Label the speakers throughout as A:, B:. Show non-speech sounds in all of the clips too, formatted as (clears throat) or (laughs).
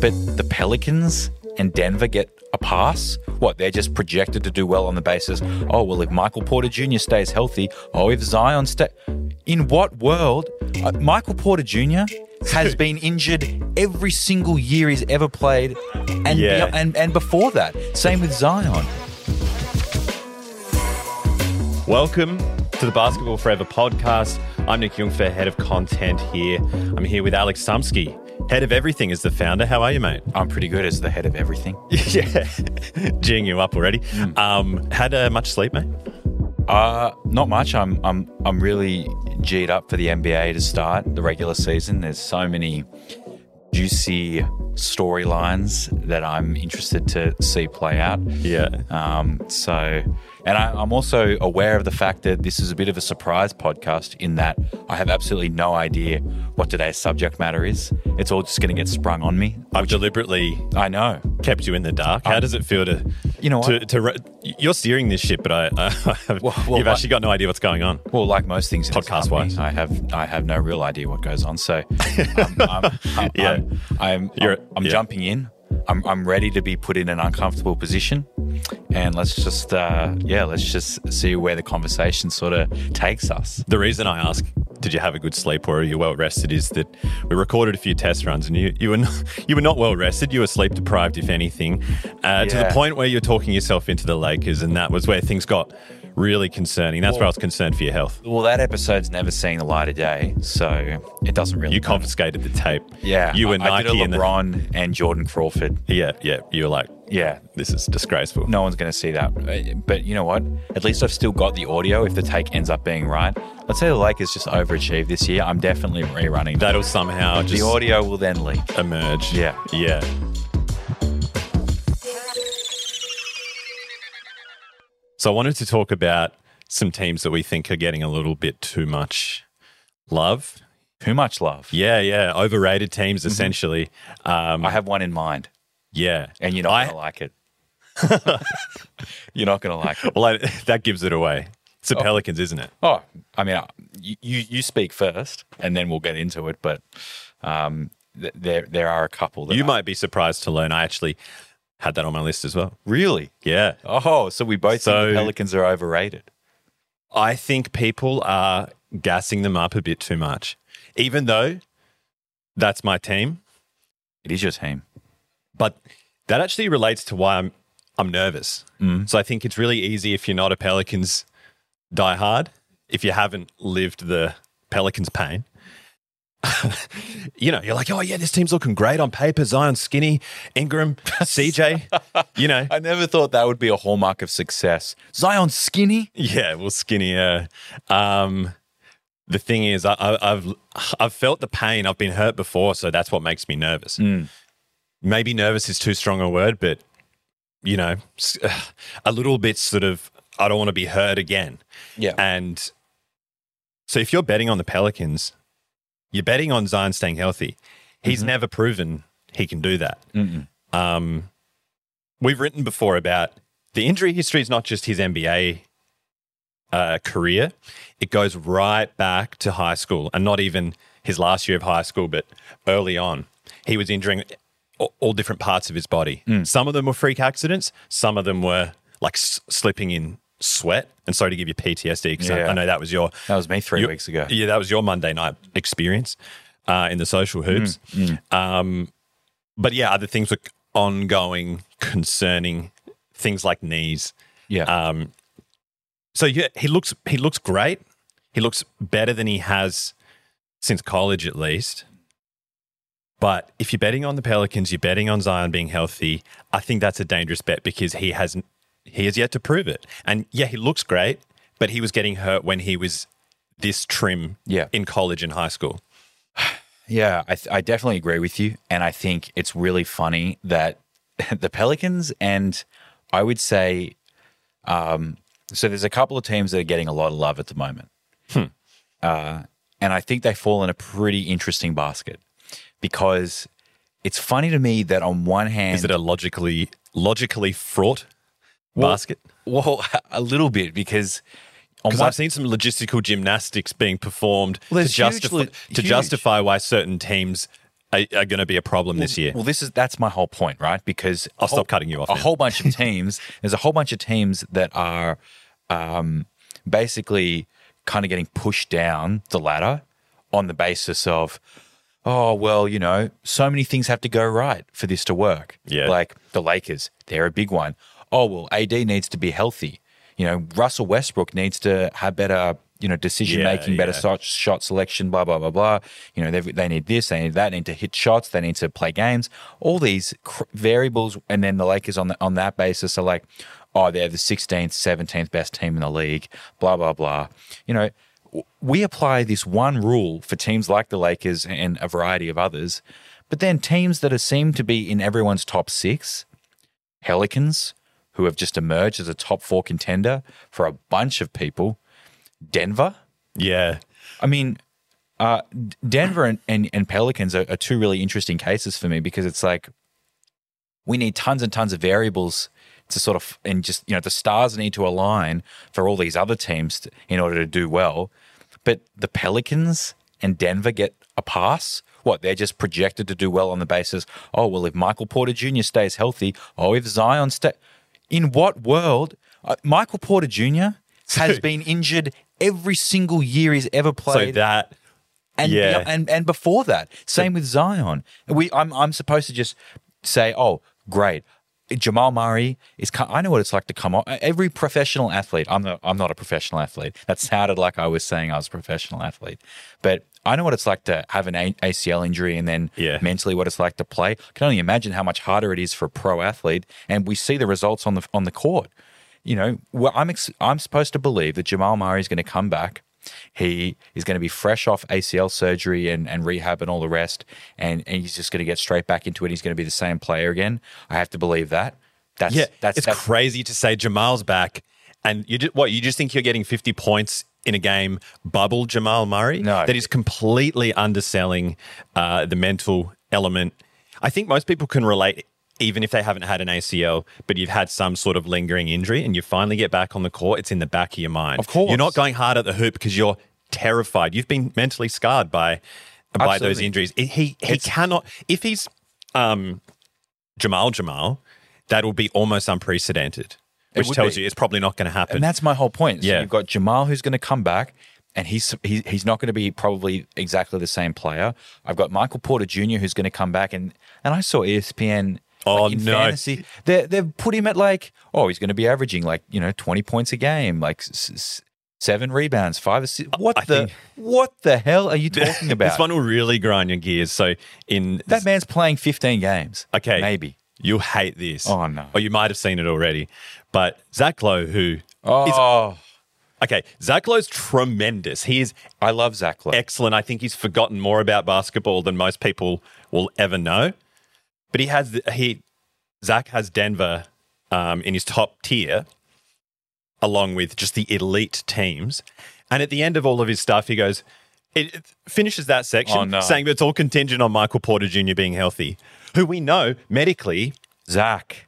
A: But the Pelicans and Denver get a pass? What, they're just projected to do well on the basis, oh, well, if Michael Porter Jr. stays healthy, oh, if Zion stays. In what world? Uh, Michael Porter Jr. has been injured every single year he's ever played and,
B: Yeah.
A: beyo- and, and before that. Same with Zion.
B: Welcome to the Basketball Forever podcast. I'm Nick Jungfer, head of content here. I'm here with Alex Sumsky, head of everything as the founder. How are you,
A: (laughs)
B: mate?
A: I'm pretty good as the head of everything.
B: yeah, geeing you up already.
A: Hmm.
B: Um, had uh, much sleep, mate?
A: Uh, not much. I'm I'm I'm really G'd up for the NBA to start the regular season. There's so many juicy storylines that I'm interested to see play out.
B: Yeah.
A: Um, so, and I, I'm also aware of the fact that this is a bit of a surprise podcast in that I have absolutely no idea what today's subject matter is. It's all just going to get sprung on me.
B: I've deliberately
A: I know.
B: kept you in the dark. How does it feel to,
A: Oh. You know
B: to,
A: what?
B: to re- you're steering this ship, but I, I (laughs)
A: Well, well,
B: you've
A: I-
B: actually got no idea what's going on.
A: Well, like most things, in this
B: Podcast-wise.
A: company, I have I have no real idea what goes on.
B: (laughs)
A: So, um, I'm, I'm,
B: Yeah.
A: I'm, I'm,
B: You're-
A: I'm- I'm
B: yeah.
A: jumping in. I'm, I'm ready to be put in an uncomfortable position, and let's just uh, yeah, let's just see where the conversation sort of takes us.
B: The reason I ask, did you have a good sleep or are you well rested, is that we recorded a few test runs and you, you were not, (laughs) you were not well rested. You were sleep deprived, if anything, uh, to the
A: Yeah.
B: point where you're talking yourself into the Lakers, and that was where things got really concerning. That's where I was concerned for your health.
A: Well, that episode's never seen the light of day, so it doesn't really.
B: You confiscated the tape.
A: yeah,
B: you
A: I-
B: and
A: I,
B: Nike
A: did a
B: and the-
A: LeBron and, Jordan Crawford.
B: yeah, yeah. You were like,
A: Yeah,
B: this is disgraceful.
A: no one's going to see that. Uh, But you know what? At least I've still got the audio. If the take ends up being right, let's say the Lakers just overachieved this year. I'm definitely rerunning. That
B: That'll somehow just
A: the audio will then leak.
B: emerge.
A: Yeah.
B: yeah. So I wanted to talk about some teams that we think are getting a little bit too much love.
A: Too much love.
B: Yeah, yeah, overrated teams
A: Mm-hmm.
B: essentially. Um,
A: I have one in mind,
B: yeah,
A: and you're not
B: I-
A: going to like
B: (laughs)
A: it. you're not going to like it.
B: well, I, (laughs) that gives it away. It's the Pelicans, isn't it?
A: Oh, I mean, I- you, you you speak first, and then we'll get into it. But um, th- there there are a couple that
B: You
A: I-
B: might be surprised to learn I actually had that on my list as well.
A: really.
B: Yeah,
A: Oh, so we both
B: So-
A: think the Pelicans are overrated.
B: I think people are gassing them up a bit too much, even though that's my team.
A: It is your team.
B: But that actually relates to why I'm I'm nervous. So I think it's really easy if you're not a Pelicans diehard, if you haven't lived the Pelicans pain. (laughs) you know, you're like, oh yeah, this team's looking great on paper. Zion, skinny, Ingram, CJ. you know,
A: I never thought that would be a hallmark of success. Zion skinny.
B: yeah, well, skinnier. Um, the thing is, I, I, I've I've felt the pain. I've been hurt before, so that's what makes me nervous.
A: Mm.
B: Maybe nervous is too strong a word, but you know, s- (sighs) a little bit sort of. I don't want to be hurt again.
A: Yeah.
B: And so, if you're betting on the Pelicans, you're betting on Zion staying healthy. He's never proven he can do that. Um, we've written before about the injury history is not just his NBA uh, career. It goes right back to high school and not even his last year of high school, but early on. He was injuring all, all different parts of his body. Some of them were freak accidents, some of them were like s- slipping in sweat. And sorry to give you PTSD because I,
A: Yeah.
B: I know that was your
A: That was me three
B: your-
A: weeks ago.
B: Yeah, that was your Monday night experience uh, in the social hoops. Um, but yeah, other things were ongoing, concerning things like knees.
A: Yeah.
B: Um, so yeah, he looks he looks great. He looks better than he has since college, at least. But if you're betting on the Pelicans, you're betting on Zion being healthy. I think that's a dangerous bet because he hasn't he has yet to prove it. And yeah, he looks great, but he was getting hurt when he was this trim
A: Yeah.
B: in college and high school.
A: Yeah, I, th- I definitely agree with you. And I think it's really funny that (laughs) the Pelicans and I would say, um, so there's a couple of teams that are getting a lot of love at the moment. Uh, and I think they fall in a pretty interesting basket because it's funny to me that on one hand,
B: Is it a logically logically fraught basket?
A: well, (laughs) a little bit because on
B: Because
A: one
B: I've seen some logistical gymnastics being performed
A: Well,
B: to,
A: there's huge
B: justify,
A: lo-
B: to
A: huge-
B: justify why certain teams are, are going to be a problem this year.
A: Well, this is that's my whole point, right? Because
B: I'll
A: a whole- Oh.
B: stop cutting you off.
A: a
B: then.
A: whole bunch
B: (laughs)
A: of teams. there's a whole bunch of teams that are um, basically kind of getting pushed down the ladder on the basis of, oh well, you know, so many things have to go right for this to work.
B: Yeah.
A: like the Lakers, they're a big one. Oh well, AD needs to be healthy. You know, Russell Westbrook needs to have better, you know, decision making, better
B: yeah.
A: shot, shot selection, blah blah blah blah. You know, they've- they need this, they need that, they need to hit shots, they need to play games, all these cr- variables, and then the Lakers on the, on that basis are like, oh, they're the 16th, 17th best team in the league, blah blah blah. You know, w- we apply this one rule for teams like the Lakers and a variety of others, but then teams that are seem to be in everyone's top six, Pelicans, who have just emerged as a top four contender for a bunch of people, Denver.
B: yeah.
A: I mean, uh, D- Denver and, and, and Pelicans are, are two really interesting cases for me because it's like we need tons and tons of variables to sort of, and just, you know, the stars need to align for all these other teams to, in order to do well. But the Pelicans and Denver get a pass. What? They're just projected to do well on the basis, oh, well, if Michael Porter Jr. stays healthy, oh, if Zion stays. In what world? Uh, Michael Porter Jr. has been injured every single year he's ever
B: So
A: played
B: that
A: and
B: Yeah.
A: and and before that, same with Zion. We I'm I'm supposed to just say, oh, great. Jamal Murray is. co- I know what it's like to come on. Every professional athlete. I'm not. I'm not a professional athlete. That sounded like I was saying I was a professional athlete, but I know what it's like to have an A- ACL injury and then
B: Yeah.
A: mentally what it's like to play. I can only imagine how much harder it is for a pro athlete, and we see the results on the on the court. You know, well, I'm ex- I'm supposed to believe that Jamal Murray is going to come back. He is going to be fresh off ACL surgery and, and rehab and all the rest, and, and he's just going to get straight back into it. He's going to be the same player again. I have to believe that. That's
B: yeah,
A: that's,
B: it's
A: that's
B: crazy to say Jamal's back, and you just, what you just think you're getting 50 points in a game bubble Jamal Murray.
A: No.
B: that is completely underselling uh, the mental element. I think most people can relate, even if they haven't had an ACL, but you've had some sort of lingering injury, and you finally get back on the court. It's in the back of your mind. Of
A: course.
B: you're not going hard at the hoop because you're terrified. You've been mentally scarred by by those
A: Absolutely.
B: injuries. He he cannot if he's um, Jamal Jamal, that will be almost unprecedented, which
A: would
B: tells
A: be.
B: you it's probably not going to happen.
A: and that's my whole point. So
B: Yeah.
A: you've got Jamal who's going to come back, and he's he, he's not going to be probably exactly the same player. I've got Michael Porter Jr. who's going to come back, and and I saw E ESPN.
B: Oh,
A: like, in
B: no.
A: Fantasy, they they've put him at like oh he's going to be averaging like you know twenty points a game, like s- s- seven rebounds, five assists. What
B: I
A: the
B: think-
A: what the hell are you talking about?
B: (laughs) this one will really grind your gears. So in
A: that man's playing fifteen games.
B: okay,
A: maybe.
B: you'll hate this.
A: Oh, no.
B: or you might have seen it already. But Zach Lowe, who
A: Oh,
B: okay, Zach Lowe's tremendous. He is
A: I love Zach Lowe.
B: excellent. I think he's forgotten more about basketball than most people will ever know. But he has the- he Zach has Denver um, in his top tier, along with just the elite teams. And at the end of all of his stuff, he goes, it it finishes that section
A: Oh, no.
B: saying that it's all contingent on Michael Porter Jr. being healthy, who we know medically
A: Zach,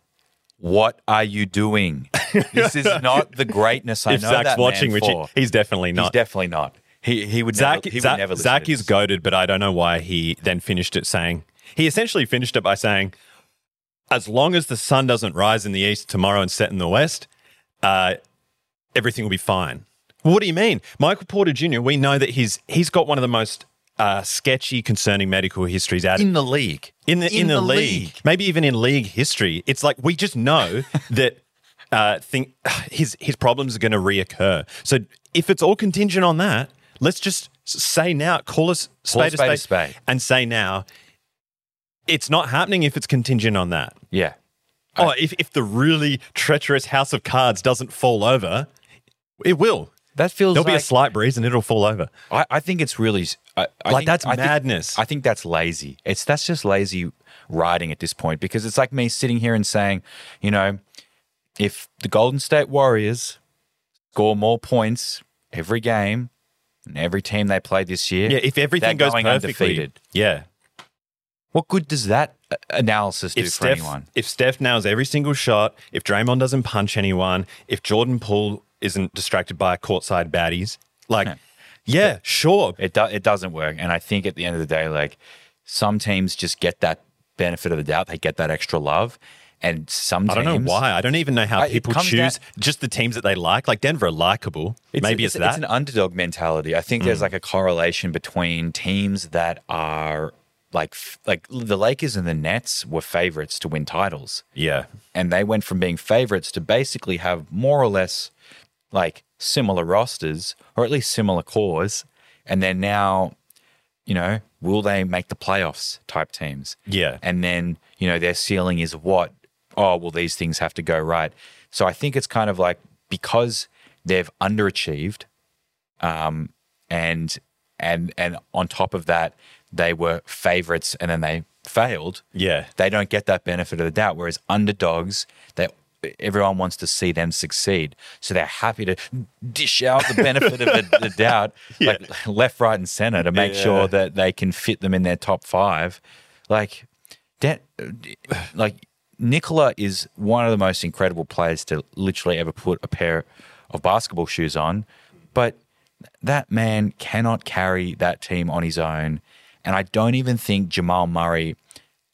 A: what are you doing? This
B: (laughs)
A: is not the greatness I
B: if
A: know
B: Zach's
A: that
B: watching,
A: man
B: which he-
A: for.
B: he's definitely
A: he's
B: not.
A: definitely not. He he would
B: Zach,
A: never, he
B: Zach,
A: would never listen
B: Zach
A: to
B: is
A: this.
B: goaded, but I don't know why he then finished it saying he essentially finished it by saying, "As long as the sun doesn't rise in the east tomorrow and set in the west, uh, everything will be fine." Well, what do you mean, Michael Porter Jr.? We know that he's he's got one of the most uh, sketchy, concerning medical histories out
A: in the league.
B: in the in, the, league. maybe even in league history. It's like we
A: (laughs)
B: just know that uh, think (sighs) his his problems are going to reoccur. So if it's all contingent on that, let's just s- say now, call us
A: Call
B: spade,
A: a spade
B: a
A: a
B: spade,
A: spade.
B: and say now, it's not happening if it's contingent on that.
A: Yeah.
B: Oh, if if the really treacherous house of cards doesn't fall over, it will.
A: That feels
B: There'll be a
A: like
B: slight breeze and it'll fall over.
A: I, I think it's really s- I, I
B: Like,
A: think-
B: that's
A: I think-
B: madness.
A: I think that's lazy. It's that's just lazy writing at this point because it's like me sitting here and saying, you know, if the Golden State Warriors score more points every game and every team they play this year,
B: Yeah, if everything
A: They're
B: goes
A: going
B: perfectly,
A: undefeated.
B: yeah,
A: what good does that uh, analysis do
B: if
A: for
B: Steph,
A: anyone?
B: If Steph nails every single shot, if Draymond doesn't punch anyone, if Jordan Poole isn't distracted by courtside baddies, like, yeah, sure.
A: It do- it doesn't work, and I think at the end of the day, like Some teams just get that benefit of the doubt; they get that extra love, and some
B: I
A: teams,
B: don't know why. I don't even know how
A: I- it
B: people
A: comes
B: choose
A: down-
B: just the teams that they like. Like Denver are likable. Maybe it's, that. Mm.
A: It's an underdog mentality. I think there's like a correlation between teams that are like f- like the Lakers and the Nets were favorites to win titles,
B: yeah.
A: and they went from being favorites to basically have more or less like similar rosters or at least similar cores, and they're now, you know, will they make the playoffs type teams?
B: Yeah.
A: and then you know their ceiling is what oh well these things have to go right so i think it's kind of like because they've underachieved um and and and on top of that they were favorites and then they failed
B: yeah.
A: they don't get that benefit of the doubt whereas underdogs they everyone wants to see them succeed so they're happy to dish out the benefit of the, the doubt like left right and center to make
B: Yeah.
A: sure that they can fit them in their top five like Dan, (sighs) like Nicola is one of the most incredible players to literally ever put a pair of basketball shoes on, but that man cannot carry that team on his own, and I don't even think Jamal Murray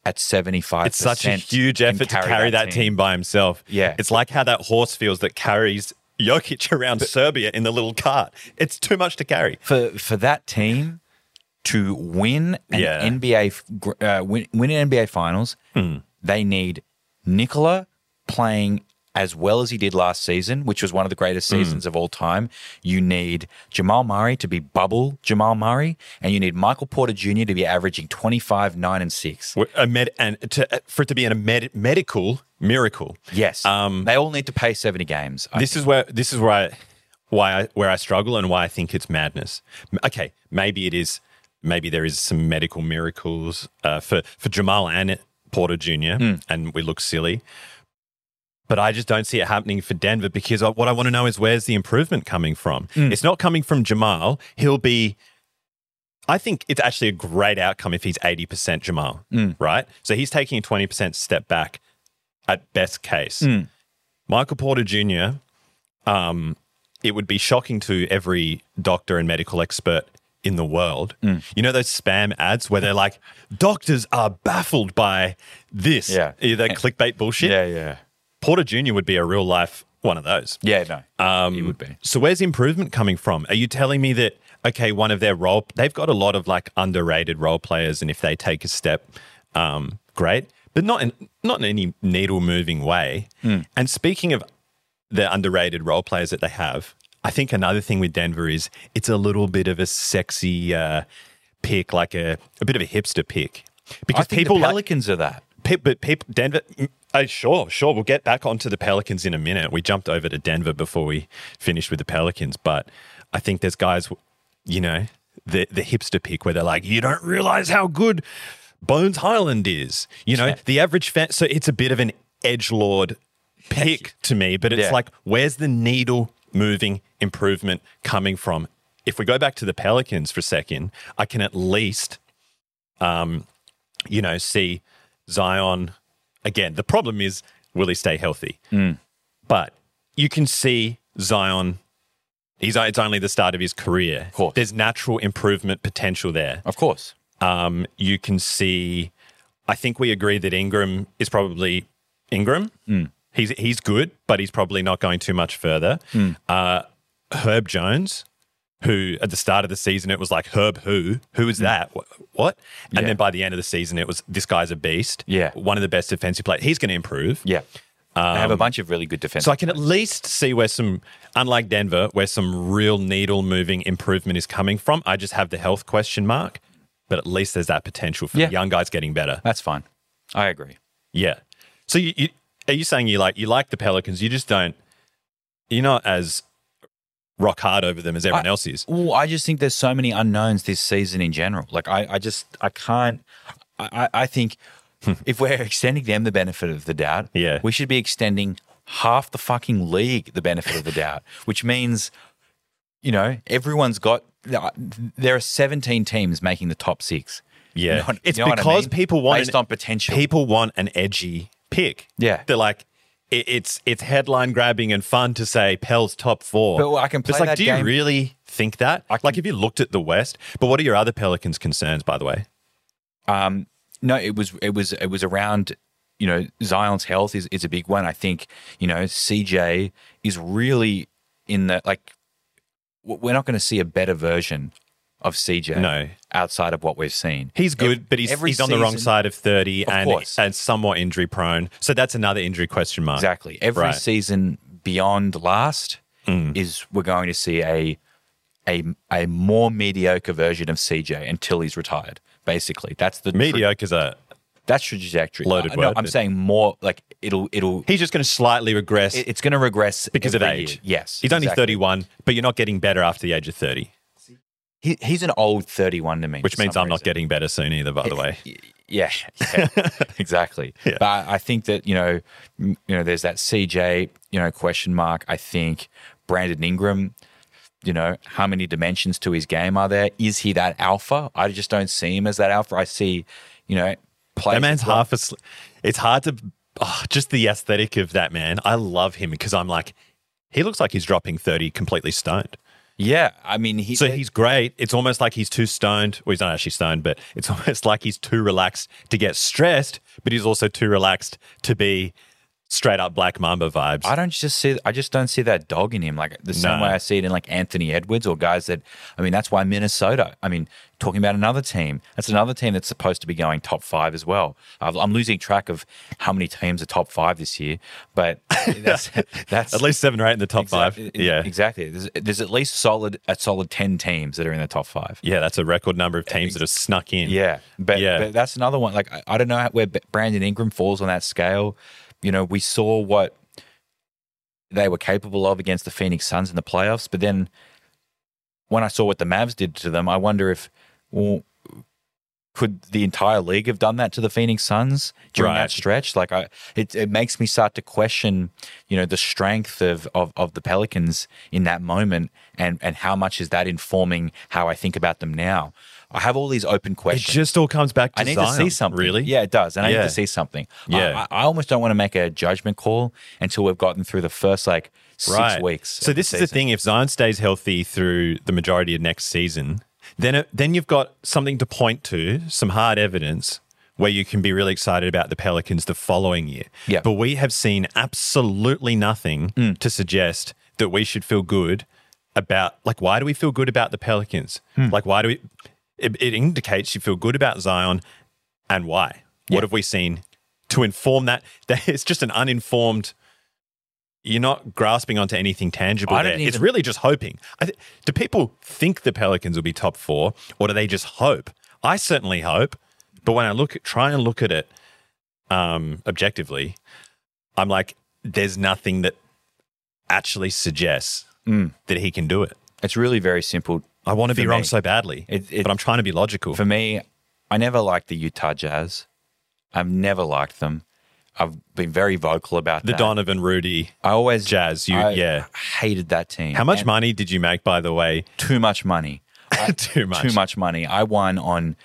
A: at seventy five.
B: It's such a huge effort to carry that, team. by himself.
A: Yeah.
B: It's like how that horse feels that carries Jokic (laughs) around Serbia in the little cart. It's too much to carry.
A: for for that team to win an
B: Yeah. Hmm.
A: NBA f- gr- uh, win, win an NBA Finals, they need Nikola playing as well as he did last season, which was one of the greatest
B: Hmm.
A: seasons of all time. You need Jamal Murray to be bubble Jamal Murray, and you need Michael Porter Jr. to be averaging 25, 9, and 6.
B: We're- A med- and to, for it to be in a med- medical miracle.
A: Yes.
B: Um,
A: they all need to pay 70 games. I-
B: This is where this is where I why I, where I struggle and why I think it's madness. M- Okay, maybe it is. Maybe there is some medical miracles uh, for for Jamal and Porter Jr. and we look silly. But I just don't see it happening for Denver because I, what I want to know is where's the improvement coming from? It's not coming from Jamal. He'll be. I think it's actually a great outcome if he's 80% Jamal, right? So he's taking a 20% step back at best case.
A: Hmm.
B: Michael Porter Jr., um, it would be shocking to every doctor and medical expert in the world.
A: Hmm.
B: You know those spam ads where they're like, doctors are baffled by this,
A: Yeah.
B: that clickbait bullshit.
A: yeah, yeah.
B: Porter Jr. would be a real life one of those.
A: Yeah, no.
B: Um,
A: he would be.
B: So where's improvement coming from? Are you telling me that okay, one of their role they've got a lot of like underrated role players, and if they take a step, um, great, but not in not in any needle moving way.
A: Hmm.
B: And speaking of the underrated role players that they have, I think another thing with Denver is it's a little bit of a sexy uh, pick, like a a bit of a hipster pick,
A: I
B: because
A: think
B: people
A: the
B: like
A: Pelicans are that.
B: Pe- but people, Denver. mm, Uh, sure, sure. We'll get back onto the Pelicans in a minute. We jumped over to Denver before we finished with the Pelicans, but I think there's guys, you know, the the hipster pick where they're like, you don't realize how good Bones Highland is. You know,
A: Yeah.
B: the average fan. So it's a bit of an edge lord pick to me, but it's
A: Yeah.
B: like, where's the needle moving improvement coming from? If we go back to the Pelicans for a second, I can at least you know, see Zion again. The problem is, will he stay healthy? But you can see Zion. He's it's only the start of his career.
A: course.
B: There's natural improvement potential there.
A: Of course.
B: Um, you can see. I think we agree that Ingram is probably Ingram.
A: Hmm.
B: He's he's good, but he's probably not going too much further.
A: Hmm.
B: Uh, Herb Jones, who at the start of the season it was like Herb who who is that Wh- what? And
A: Hmm. Yeah.
B: then by the end of the season it was this guy's a beast.
A: Yeah.
B: one of the best defensive players. He's going to improve.
A: Yeah.
B: Um,
A: they have a bunch of really good defense.
B: So I can at least see where some, unlike Denver, where some real needle moving improvement is coming from. I just have the health question mark, but at least there's that potential for
A: Yeah.
B: the young guys getting better.
A: That's fine. I agree.
B: Yeah. So you, you are you saying you like you like the Pelicans? You just don't. You're not as rock hard over them as everyone
A: I-
B: else is.
A: Well, I just think there's so many unknowns this season in general. Like I, I just I can't. I, I I
B: (laughs)
A: think if we're extending them the benefit of the doubt,
B: Yeah.
A: we should be extending half the fucking league the benefit of the
B: (laughs)
A: doubt, which means, you know, everyone's got. There are 17 teams making the top six. You
B: Yeah.
A: know what-
B: it's
A: you know what I
B: because
A: mean?
B: people want
A: based
B: an-
A: on potential.
B: People want an edgy pick.
A: Yeah.
B: They're like it, it's it's headline grabbing and fun to say Pell's top four.
A: But, well, I can
B: But it's
A: play
B: like,
A: that
B: do you
A: game-
B: really think that?
A: I
B: like, have you looked at the West? But what are your other Pelicans concerns, by the way?
A: Um, no, it was it was it was around. You know, Zion's health is is a big one. I think you know CJ is really in the like. w- We're not going to see a better version of CJ.
B: No.
A: outside of what we've seen,
B: He's good,
A: Ev-
B: but he's,
A: every
B: he's on the wrong
A: season-
B: side of 30
A: Of
B: and,
A: course.
B: and somewhat injury prone. So that's another injury question mark.
A: Exactly. Every
B: Right. Mm.
A: season beyond last is we're going to see a a a more mediocre version of CJ until he's retired. Basically, that's the tra-
B: Mediocre's a.
A: that's the trajectory.
B: Loaded
A: No,
B: word,
A: I'm
B: but-
A: saying more like it'll it'll
B: He's just going to slightly regress
A: it- it's going to regress
B: because of
A: every
B: age.
A: year. Yes,
B: He's only
A: exactly.
B: 31, but you're not getting better after the age of 30,
A: He, he's an old 31 to me,
B: which
A: for
B: means
A: some
B: I'm not
A: reason.
B: getting better soon either, by the way.
A: Yeah,
B: (laughs)
A: yeah, exactly. But I I think that you know, m- you know, there's that CJ, you know, question mark. I think Brandon Ingram. You know, how many dimensions to his game are there? Is he that alpha? I just don't see him as that alpha. I see, you know, play.
B: That man's half asleep. It's hard to. oh, just the aesthetic of that man. I love him because I'm like, he looks like he's dropping 30 completely stoned.
A: Yeah, I mean, he,
B: So he's great. It's almost like he's too stoned. Well, he's not actually stoned, but it's (laughs) almost like he's too relaxed to get stressed, but he's also too relaxed to be straight up Black Mamba vibes.
A: I don't just see. I just don't see that dog in him, like the same
B: No.
A: way I see it in like Anthony Edwards or guys that. I mean, that's why Minnesota. I mean, talking about another team, that's another team that's supposed to be going top five as well. I've, I'm losing track of how many teams are top five this year,
B: (laughs)
A: but that's, that's
B: At least seven or eight in the top
A: Exa-
B: five. Yeah.
A: exactly. There's, there's at least solid a solid ten teams that are in the top five.
B: Yeah, that's a record number of teams that have snuck in.
A: Yeah, but,
B: Yeah.
A: but that's another one. Like I, I don't know how- where B- Brandon Ingram falls on that scale. You know, we saw what they were capable of against the Phoenix Suns in the playoffs, but then when I saw what the Mavs did to them, I wonder if well, could the entire league have done that to the Phoenix Suns during
B: Right.
A: that stretch? Like I, it, it makes me start to question, you know, the strength of, of of the Pelicans in that moment, and and how much is that informing how I think about them now? I have all these open
B: It
A: questions.
B: just all comes back to
A: I need to
B: Zion,
A: see something.
B: Really?
A: Yeah, it does. And I need
B: Yeah.
A: to see something. I-
B: Yeah.
A: I, I almost don't want to make a judgment call until we've gotten through the first like six
B: right.
A: weeks.
B: So
A: of
B: this is the
A: season.
B: thing: if Zion stays healthy through the majority of next season, then it, then you've got something to point to, some hard evidence where you can be really excited about the Pelicans the following year.
A: Yeah. Mm.
B: But we have seen absolutely nothing to suggest that we should feel good about. Like, why do we feel good about the Pelicans?
A: Hmm.
B: Like, why do we? It, it indicates you feel good about Zion, and why? What have we seen to inform that? (laughs) That it's just an uninformed you're not grasping onto anything tangible
A: I
B: there.
A: don't
B: It's
A: even-
B: really just hoping. I th- do people think the Pelicans will be top four, or do they just hope? I certainly hope, but when I look at, try and look at it um, objectively, I'm like, there's nothing that actually suggests that he can do it.
A: It's really very simple.
B: I want to be
A: Mm. For
B: wrong
A: me.
B: so badly,
A: It- it-
B: but I'm trying to be logical.
A: For me, I never liked the Utah Jazz. I've never liked them. I've been very vocal about
B: the
A: that.
B: Donovan Rudy
A: I always
B: Jazz, you
A: I
B: yeah.
A: hated that team.
B: How much
A: And
B: money did you make, by the way?
A: Too much money. I-
B: Too
A: (laughs)
B: much.
A: Too much money. I won on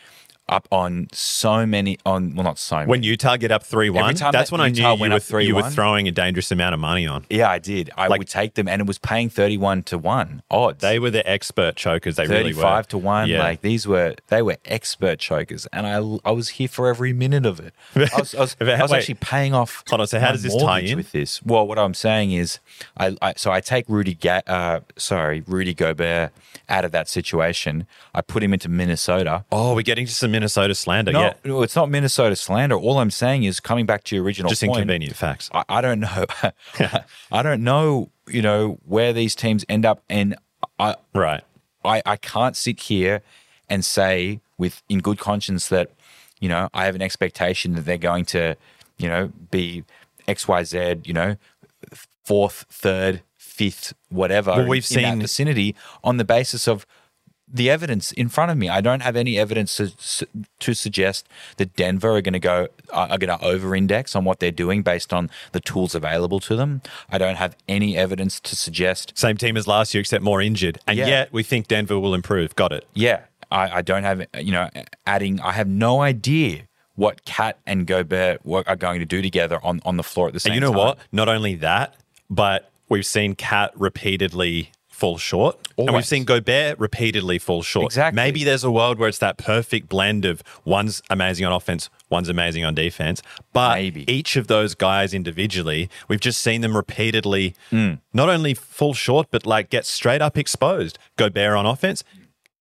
A: up on so many on well not so many.
B: When Utah get up three one,
A: Every time
B: that's
A: that
B: when I
A: Utah
B: knew you
A: went
B: were,
A: up
B: you were
A: 3-1.
B: throwing a dangerous amount of money on.
A: yeah, I did. I
B: Like-
A: would take them, and it was paying thirty-one to one odds.
B: They were the expert chokers. They really were.
A: 35 to 1
B: Yeah.
A: like these were they were expert chokers and i i was here for every minute of
B: (laughs)
A: it i was, I was,
B: Wait.
A: I was actually paying off
B: Hold on, so how
A: my
B: does this tie
A: mortgage
B: in?
A: with this well what i'm saying is i, I so i take rudy Ga- uh, sorry rudy gobert out of that situation i put him into minnesota
B: oh, we're getting to some Minnesota slander.
A: no,
B: yeah,
A: no, it's not minnesota slander all i'm saying is coming back to your original
B: just
A: point,
B: inconvenient facts.
A: I, I don't know. (laughs) I don't know, you know, where these teams end up. And I,
B: right.
A: I, I can't sit here and say with in good conscience that you know I have an expectation that they're going to you know be X Y Z you know fourth third fifth whatever
B: Well, we've
A: in that
B: seen-
A: vicinity on the basis of the evidence in front of me. I don't have any evidence to, to suggest that Denver are going to go are are going to over-index on what they're doing based on the tools available to them. I don't have any evidence to suggest
B: Same team as last year, except more injured, and
A: Yeah.
B: yet we think Denver will improve. Got it.
A: Yeah, I, I don't have you know adding. I have no idea what Cat and Gobert wo- are going to do together on on the floor at the same.
B: And you know
A: time.
B: what? Not only that, but we've seen Cat repeatedly fall short. And we've
A: Always.
B: seen Gobert repeatedly fall short.
A: Exactly.
B: Maybe there's a world where it's that perfect blend of one's amazing on offense, one's amazing on defense. But
A: Maybe.
B: each of those guys individually, we've just seen them repeatedly
A: Mm.
B: not only fall short, but like get straight up exposed. Gobert on offense,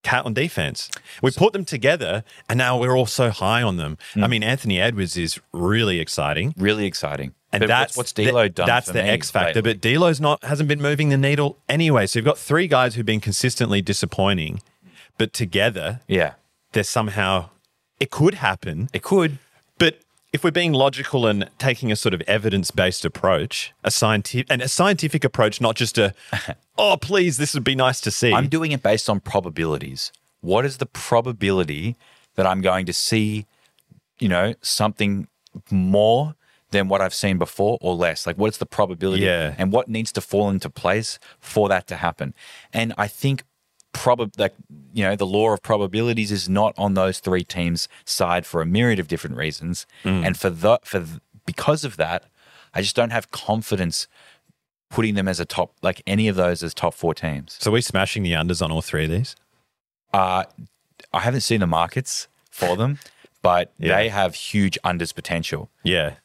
B: Cat on defense. We put them together and now we're all so high on them. I
A: Mm.
B: mean, Anthony Edwards is really exciting.
A: Really exciting.
B: And
A: But
B: that's
A: what's, what's
B: the-
A: D'Lo done.
B: That's
A: for
B: the
A: me
B: X factor.
A: lately.
B: But D'Lo's not hasn't been moving the needle anyway. So you've got three guys who've been consistently disappointing, but together
A: yeah,
B: they're somehow it could happen.
A: it could.
B: But if we're being logical and taking a sort of evidence based approach, a scientific and a scientific approach, not
A: (laughs)
B: just a oh please this would be nice to see.
A: I'm doing it based on probabilities. What is the probability that I'm going to see, you know, something more than what I've seen before or less? Like, what's the probability?
B: Yeah.
A: And what needs to fall into place for that to happen? And I think probab like you know the law of probabilities is not on those three teams side for a myriad of different reasons
B: Mm.
A: and for the for th- because of that i just don't have confidence putting them as a top like any of those as top four teams
B: so we're smashing the unders on all three of these.
A: uh, I haven't seen the markets for them, but
B: (laughs) Yeah.
A: they have huge unders potential.
B: Yeah.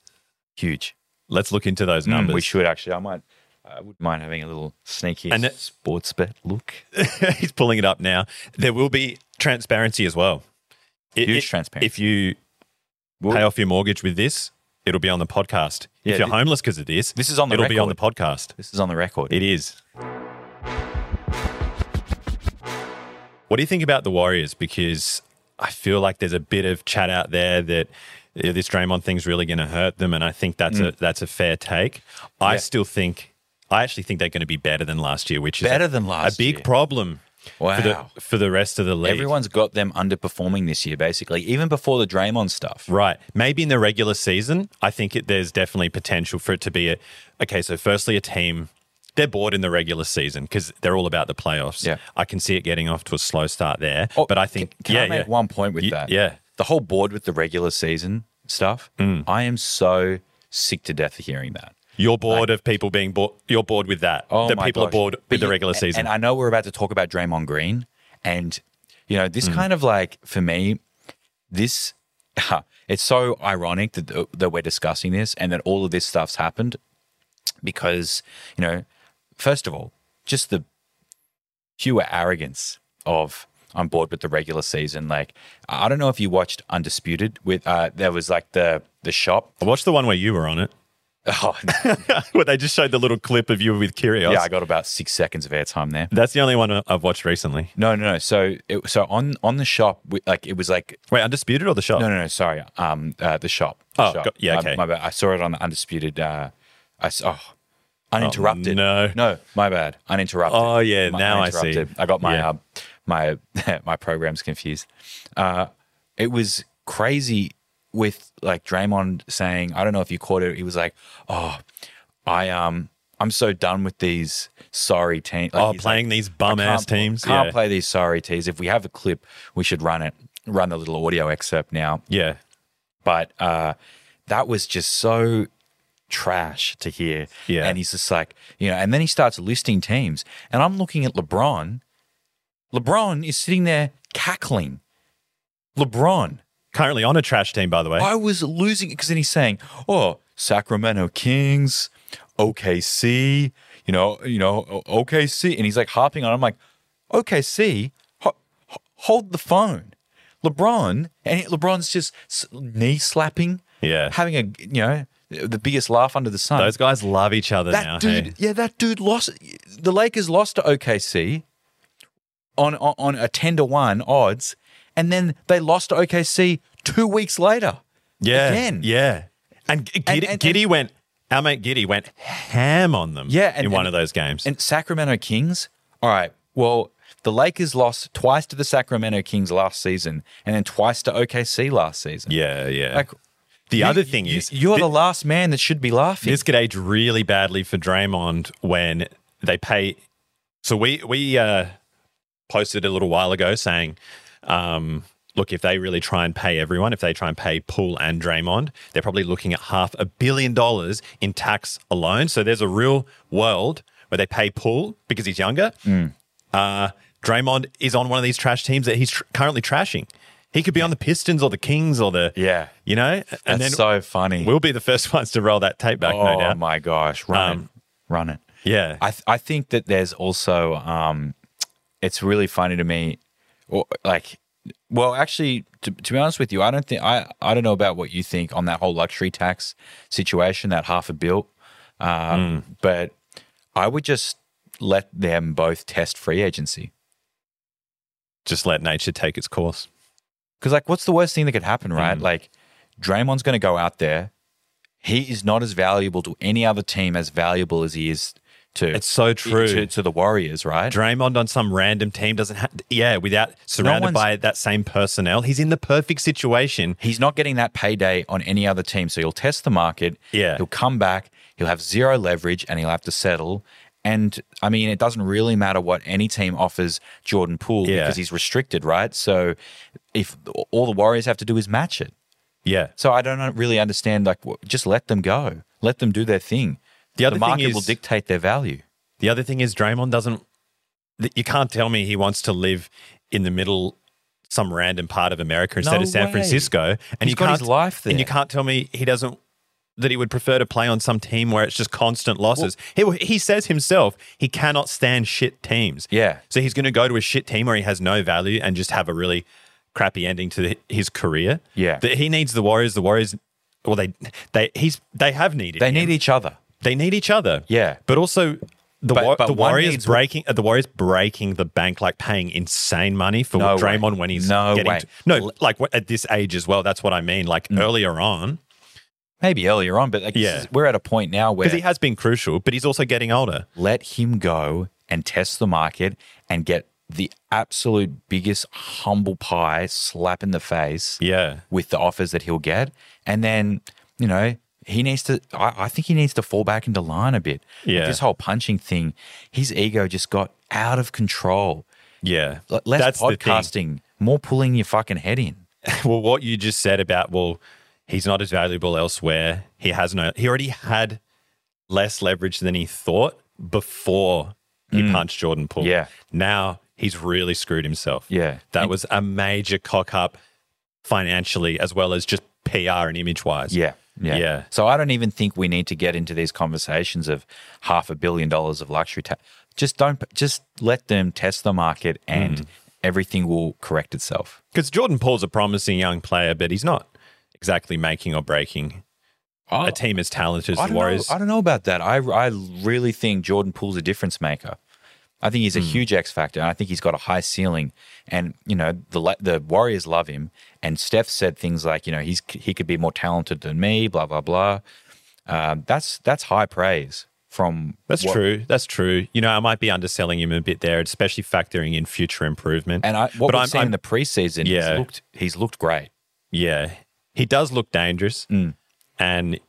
A: Huge.
B: Let's look into those
A: Mm,
B: numbers.
A: we should actually. I might. I wouldn't mind having a little sneaky
B: And it-
A: sports bet look.
B: (laughs) he's pulling it up now. There will be transparency as well. It-
A: Huge
B: it-
A: transparency.
B: If you pay off your mortgage with this, it'll be on the podcast.
A: Yeah,
B: if you're
A: thi-
B: homeless because of this,
A: This is on the
B: it'll be on the
A: record.
B: podcast.
A: This is on the record.
B: It is. What do you think about the Warriors? Because I feel like there's a bit of chat out there that uh, this Draymond thing's really going to hurt them, and I think that's a that's a fair take.
A: Mm.
B: I
A: Yeah.
B: still think, I actually think they're going to be better than last year, which is
A: Better than
B: a
A: last
B: big
A: year.
B: problem
A: Wow.
B: for the for the rest of the league.
A: Everyone's got them underperforming this year, basically, even before the Draymond stuff.
B: Right. Maybe in the regular season, I think it, there's definitely potential for it to be a. Okay, so firstly, a team, they're bored in the regular season because they're all about the playoffs.
A: Yeah.
B: I can see it getting off to a slow start there.
A: Oh,
B: but I think.
A: Can
B: yeah,
A: I make
B: yeah.
A: one point with
B: Y-
A: that?
B: yeah.
A: The whole board with the regular season stuff.
B: Mm.
A: I am so sick to death of hearing that.
B: You're bored of people being bored. You're bored with that.
A: Oh
B: that
A: my
B: people
A: gosh.
B: are bored
A: But
B: with the
A: you-
B: regular
A: and-
B: season.
A: And I know we're about to talk about Draymond Green, and you know
B: Mm.
A: this kind of like for me, this (laughs) it's so ironic that uh, that we're discussing this and that all of this stuff's happened because you know, first of all, just the pure arrogance of I'm bored with the regular season. Like I don't know if you watched Undisputed with uh, there was like the the shop.
B: I watched the one where you were on it,
A: (laughs)
B: (laughs)
A: Oh,
B: where they just showed the little clip of you with Curios.
A: yeah, I got about six seconds of airtime there.
B: That's the only one I- I've watched recently.
A: No, no, no. So, it, so on on the shop, we, like it was like
B: Wait, Undisputed or the shot?
A: no, no, no. Sorry, um, uh, the shop. The
B: Oh,
A: shop.
B: go- yeah,
A: My-
B: okay.
A: My, bad. I saw it on the undisputed. Uh, I s- oh, uninterrupted.
B: Oh, no.
A: no, my bad. Uninterrupted.
B: Oh, yeah, now I see.
A: uninterrupted. I got my
B: Yeah.
A: uh, my (laughs) my programs confused. Uh, it was crazy with like Draymond saying, I don't know if you caught it. He was like, oh, I um. I'm so done with these sorry teams. Like,
B: Oh,
A: he's like,
B: playing these bum
A: can't-
B: ass teams.
A: Can't
B: yeah.
A: play these sorry tees. If we have a clip, we should run it, run the little audio excerpt now.
B: yeah.
A: But uh, that was just so trash to hear.
B: Yeah.
A: And he's just like, you know, and then he starts listing teams. And I'm looking at LeBron. LeBron is sitting there cackling. LeBron.
B: Currently on a trash team, by the way.
A: I was losing because then he's saying, "Oh, Sacramento Kings, OKC, you know, you know, O- OKC," and he's like harping on. it. I'm like, "OKC, ho- ho- hold the phone, LeBron." And LeBron's just s- knee slapping,
B: Yeah.
A: having a you know the biggest laugh under the sun.
B: Those guys love each other
A: that
B: now.
A: dude,
B: hey?
A: yeah, that dude lost. The Lakers lost to OKC on on, on a ten to one odds, and then they lost to OKC two weeks later.
B: Yeah.
A: Again.
B: Yeah. And G- Giddy,
A: and-
B: Giddy went, our mate Giddy went ham on them
A: Yeah, and-
B: in one
A: and-
B: of those games.
A: And Sacramento Kings. All right. Well, the Lakers lost twice to the Sacramento Kings last season, and then twice to OKC last season.
B: yeah, yeah.
A: Like,
B: the
A: You-
B: other thing
A: you-
B: is,
A: you're
B: thi-
A: the last man that should be laughing.
B: this could age really badly for Draymond when they pay. So we, we uh, posted a little while ago saying, um, look, if they really try and pay everyone, if they try and pay Poole and Draymond, they're probably looking at half a billion dollars in tax alone. So there's a real world. where where they pay Poole because he's younger.
A: Mm.
B: Uh, Draymond is on one of these trash teams that he's tr- currently trashing. He could be on the Pistons or the Kings or the
A: Yeah.
B: you know, and
A: That's
B: then
A: so funny.
B: we'll be the first (laughs) ones to roll that tape back, no
A: oh
B: doubt.
A: my gosh, run
B: Um,
A: it, run it.
B: Yeah,
A: I th- I think that there's also um, it's really funny to me, or, like, well, actually, to, to be honest with you, I don't think I I don't know about what you think on that whole luxury tax situation, that half a bill, um,
B: Hmm.
A: but I would just let them both test free agency
B: just let nature take its course.
A: because like, what's the worst thing that could happen, right?
B: Hmm.
A: Like, Draymond's going to go out there. He is not as valuable to any other team as valuable as he is to
B: It's so true.
A: to, to the Warriors, right?
B: Draymond on some random team doesn't have, yeah, without surrounded
A: one's-
B: by that same personnel. He's in the perfect situation.
A: He's not getting that payday on any other team. So he'll test the market.
B: Yeah.
A: He'll come back. He'll have zero leverage and he'll have to settle. And I mean, it doesn't really matter what any team offers Jordan Poole
B: Yeah.
A: because he's restricted, right? So if all the Warriors have to do is match it.
B: Yeah.
A: So I don't really understand. Like, wh- just let them go. Let them do their thing.
B: The other
A: the
B: thing
A: market
B: is-
A: will dictate their value.
B: The other thing is Draymond doesn't. th- You can't tell me he wants to live in the middle, some random part of America instead
A: No
B: of San
A: way.
B: Francisco, and
A: He's
B: you
A: got
B: can't
A: his life there.
B: And you can't tell me he doesn't. That he would prefer to play on some team where it's just constant losses. he, he says himself he cannot stand shit teams.
A: Yeah.
B: So he's going to go to a shit team where he has no value and just have a really crappy ending to hi- his career.
A: Yeah.
B: That he needs the Warriors. The Warriors. Well, they they he's they have needed.
A: They
B: him.
A: need each other.
B: They need each other.
A: Yeah.
B: But also the,
A: But-
B: Wa-
A: but
B: the
A: one
B: Warriors
A: needs-
B: breaking uh, the Warriors breaking the bank like paying insane money for
A: No
B: Draymond
A: way.
B: when he's
A: No
B: getting
A: way. Mm.
B: to- no like wh- at this age as well. That's what I mean. Like earlier on
A: Maybe earlier on, but like, this
B: Yeah.
A: is- we're at a point now where
B: because he has been crucial, but he's also getting older.
A: let him go and test the market and get the absolute biggest humble pie slap in the face
B: Yeah.
A: with the offers that he'll get. And then, you know, he needs to, I, I think he needs to fall back into line a bit. Like,
B: Yeah.
A: this whole punching thing, his ego just got out of control.
B: Yeah.
A: L- Less
B: the thing.
A: podcasting, more pulling your fucking head in.
B: well, what you just said about well, he's not as valuable elsewhere. He has no. He already had less leverage than he thought before he punched Jordan Poole.
A: Mm. Yeah.
B: Now he's really screwed himself.
A: Yeah.
B: That
A: And-
B: was a major cock up financially as well as just PR and image wise.
A: Yeah. Yeah.
B: Yeah.
A: So I don't even think we need to get into these conversations of half a billion dollars of luxury tax. Just don't just let them test the market and everything will correct itself.
B: Because Jordan Poole's a promising young player, but he's not exactly making or breaking a team as talented
A: I
B: as the
A: don't
B: Warriors.
A: know. I don't know about that. I I really think Jordan Poole's a difference maker. I think he's a huge X factor, and I think he's got a high ceiling. And you know, the la- the Warriors love him. And Steph said things like, you know, he's he could be more talented than me, blah blah blah. Um, that's that's high praise from
B: That's
A: what-
B: true. That's true. You know, I might be underselling him a bit there, especially factoring in future improvement.
A: And I, what
B: but
A: we've
B: I'm,
A: seen
B: I'm-
A: in the preseason,
B: Yeah.
A: he's looked he's looked great.
B: yeah, he does look dangerous,
A: Mm.
B: and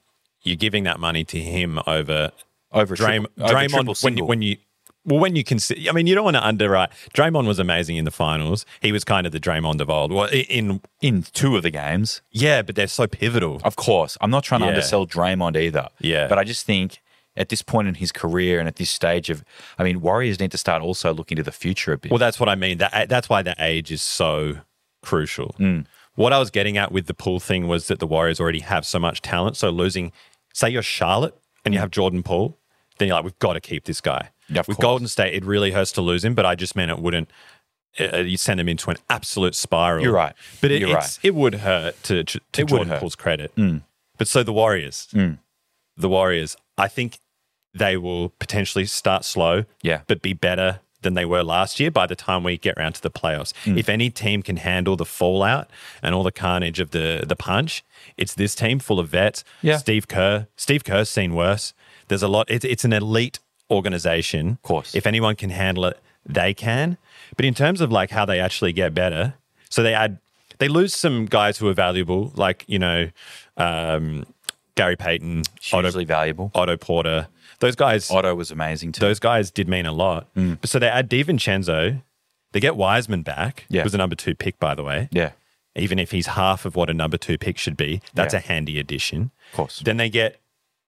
B: you're giving that money to him over
A: Over a
B: Draymond.
A: triple- over a triple
B: Draymond, when you,
A: single.
B: when you well, when you consider, I mean, you don't want to underwrite. Draymond was amazing in the finals. He was kind of the Draymond of old. Well, i- in
A: In two of the games,
B: yeah, but they're so pivotal.
A: of course, I'm not trying to
B: Yeah.
A: undersell Draymond either.
B: Yeah.
A: but I just think at this point in his career and at this stage of, I mean, Warriors need to start also looking to the future a bit.
B: Well, that's what I mean. That that's why the age is so crucial.
A: Mm.
B: What I was getting at with the pool thing was that the Warriors already have so much talent. So losing, say you're Charlotte and you have Jordan Poole, then you're like, we've got to keep this guy.
A: Yeah, of
B: with
A: course.
B: Golden State, it really hurts to lose him, but I just meant it wouldn't. Uh, you send him into an absolute spiral.
A: You're right.
B: but it,
A: You're
B: it's, it would hurt to to
A: would
B: Jordan
A: hurt. Mm.
B: Poole's credit. But so the Warriors, the Warriors, I think they will potentially start slow,
A: Yeah.
B: but be better than they were last year by the time we get round to the playoffs.
A: Hmm.
B: If any team can handle the fallout and all the carnage of the the punch, it's this team full of vets.
A: Yeah.
B: Steve Kerr, Steve Kerr's seen worse. There's a lot. It's it's an elite organization. Of
A: course.
B: if anyone can handle it, they can. But in terms of like how they actually get better, so they add, they lose some guys who are valuable, like you know, um, Gary Payton, Otto
A: hugely valuable.
B: Otto Porter. Those guys,
A: Otto was amazing too.
B: those guys did mean a lot.
A: Mm.
B: But so they add DiVincenzo. They get Wiseman back.
A: Yeah.
B: He was a number two pick, by the way.
A: yeah,
B: Even if he's half of what a number two pick should be, that's
A: Yeah.
B: a handy addition.
A: of course.
B: Then they get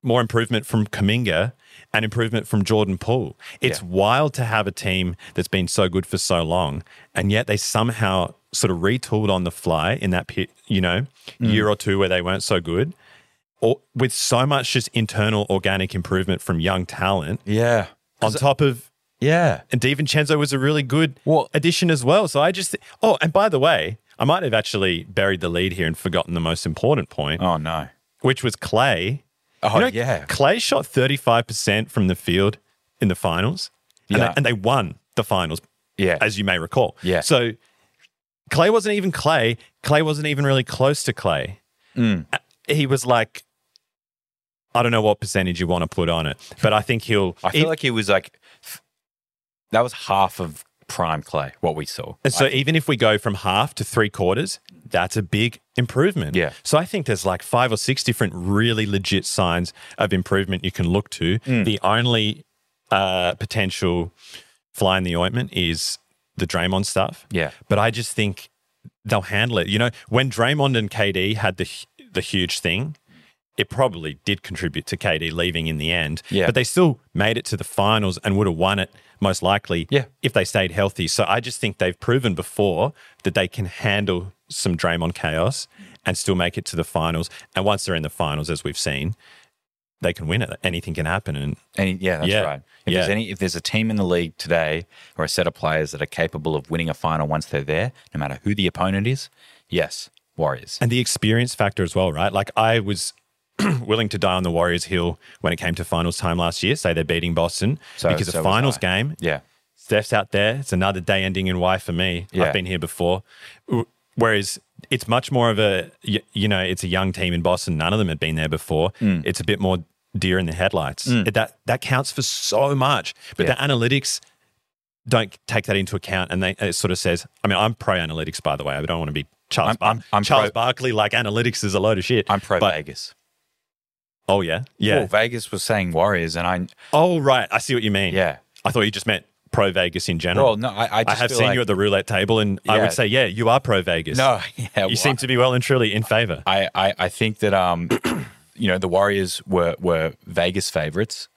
B: more improvement from Kaminga and improvement from Jordan Poole. It's wild to have a team that's been so good for so long, and yet they somehow sort of retooled on the fly in that pe- you know
A: Mm.
B: year or two where they weren't so good, or with so much just internal organic improvement from young talent
A: Yeah.
B: on top of.
A: Yeah.
B: And DiVincenzo was a really good
A: Well-
B: addition as well. So I just, oh, and by the way, I might have actually buried the lead here and forgotten the most important point,
A: Oh no.
B: which was Clay
A: Oh
B: you know,
A: yeah.
B: Clay shot 35% from the field in the finals. And,
A: Yeah.
B: they, and they won the finals,
A: Yeah.
B: as you may recall.
A: Yeah.
B: So Clay wasn't even Clay. Clay wasn't even really close to Clay.
A: Mm.
B: Uh, He was like, I don't know what percentage you want to put on it, but I think he'll.
A: I feel
B: e-
A: like he was like that was half of prime clay what we saw.
B: and so even if we go from half to three quarters, that's a big improvement.
A: Yeah.
B: So I think there's like five or six different really legit signs of improvement you can look to. The only uh, potential fly in the ointment is the Draymond stuff.
A: Yeah.
B: But I just think they'll handle it. You know, when Draymond and KD had the hu- the huge thing, it probably did contribute to KD leaving in the end.
A: Yeah.
B: But they still made it to the finals and would have won it most likely
A: Yeah.
B: if they stayed healthy. So I just think they've proven before that they can handle some Draymond chaos and still make it to the finals. And once they're in the finals, as we've seen, they can win it. Anything can happen. And
A: And yeah, that's
B: Yeah.
A: right. If there's
B: Yeah.
A: any if there's a team in the league today or a set of players that are capable of winning a final once they're there, no matter who the opponent is, yes, Warriors.
B: And the experience factor as well, right? Like I was (clears throat) willing to die on the Warriors hill when it came to finals time last year, say they're beating Boston
A: So-
B: because
A: so
B: a
A: was
B: finals
A: I.
B: game,
A: Yeah.
B: Steph's out there. It's another day ending in Y for me.
A: Yeah.
B: I've been here before. W- Whereas it's much more of a, y- you know, it's a young team in Boston. None of them had been there before.
A: Mm.
B: It's a bit more deer in the headlights. That that counts for so much, but
A: Yeah.
B: the analytics don't take that into account, and they it sort of says. I mean, I'm pro analytics, by the way. I don't want to be Charles.
A: I'm-
B: Bar-
A: I'm- I'm
B: Charles
A: pro-
B: Barkley. Like analytics is a load of shit.
A: I'm pro
B: But-
A: Vegas.
B: Oh yeah, yeah.
A: Well, Vegas was saying Warriors and I
B: oh right, I see what you mean.
A: yeah.
B: I thought you just meant pro Vegas in general.
A: Well, no, I I,
B: I
A: just
B: have
A: feel
B: seen
A: like-
B: you at the roulette table, and I
A: Yeah.
B: would say, yeah, you are pro
A: (laughs)
B: Vegas.
A: No, yeah.
B: you seem to be well and truly in favor.
A: I, I, I think that um, you know, the Warriors were were Vegas favorites,